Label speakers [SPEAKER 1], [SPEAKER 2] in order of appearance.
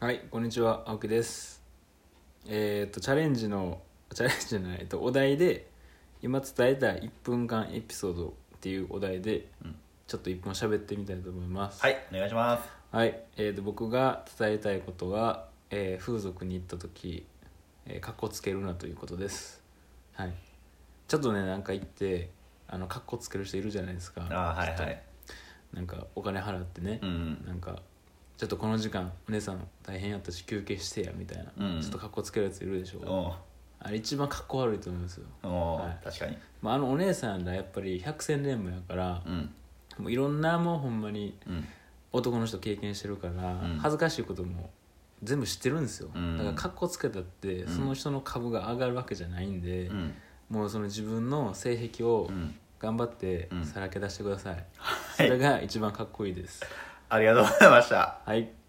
[SPEAKER 1] はいこんにちは青木ですえーっとチャレンジのチャレンジじゃないえっとお題で今伝えた1分間エピソードっていうお題で、
[SPEAKER 2] うん
[SPEAKER 1] ちょっと1分喋ってみたいと思います
[SPEAKER 2] はいお願いします
[SPEAKER 1] はい、えー、と僕が伝えたいことは、えー風俗に行った時えーかっこつけるなということですはいちょっとねなんか行ってあのかっこつける人いるじゃないですか
[SPEAKER 2] あーはい
[SPEAKER 1] ちょ
[SPEAKER 2] は
[SPEAKER 1] っ
[SPEAKER 2] い
[SPEAKER 1] となんかお金払ってね
[SPEAKER 2] う、ん
[SPEAKER 1] なんかちょっとこの時間お姉さん大変やったし休憩してやみたいな、
[SPEAKER 2] うん
[SPEAKER 1] ちょっとかっこつけるやついるでしょ、
[SPEAKER 2] お
[SPEAKER 1] あれ一番かっこ悪いと思うんですよ、
[SPEAKER 2] うおう、
[SPEAKER 1] はい
[SPEAKER 2] 確かに
[SPEAKER 1] まあ、あのお姉さんらやっぱり百戦錬磨やから
[SPEAKER 2] う、ん
[SPEAKER 1] もういろんなもうほんまに
[SPEAKER 2] うん
[SPEAKER 1] 男の人経験してるから、
[SPEAKER 2] うん
[SPEAKER 1] 恥ずかしいことも全部知ってるんですよ、
[SPEAKER 2] うん
[SPEAKER 1] だからかっこつけたって
[SPEAKER 2] うん
[SPEAKER 1] その人の株が上がるわけじゃないんで、
[SPEAKER 2] うん
[SPEAKER 1] もうその自分の性癖を
[SPEAKER 2] うん
[SPEAKER 1] 頑張って
[SPEAKER 2] うん
[SPEAKER 1] さらけ出してください、
[SPEAKER 2] い
[SPEAKER 1] それが一番かっこいいです
[SPEAKER 2] ありがとうございました
[SPEAKER 1] はい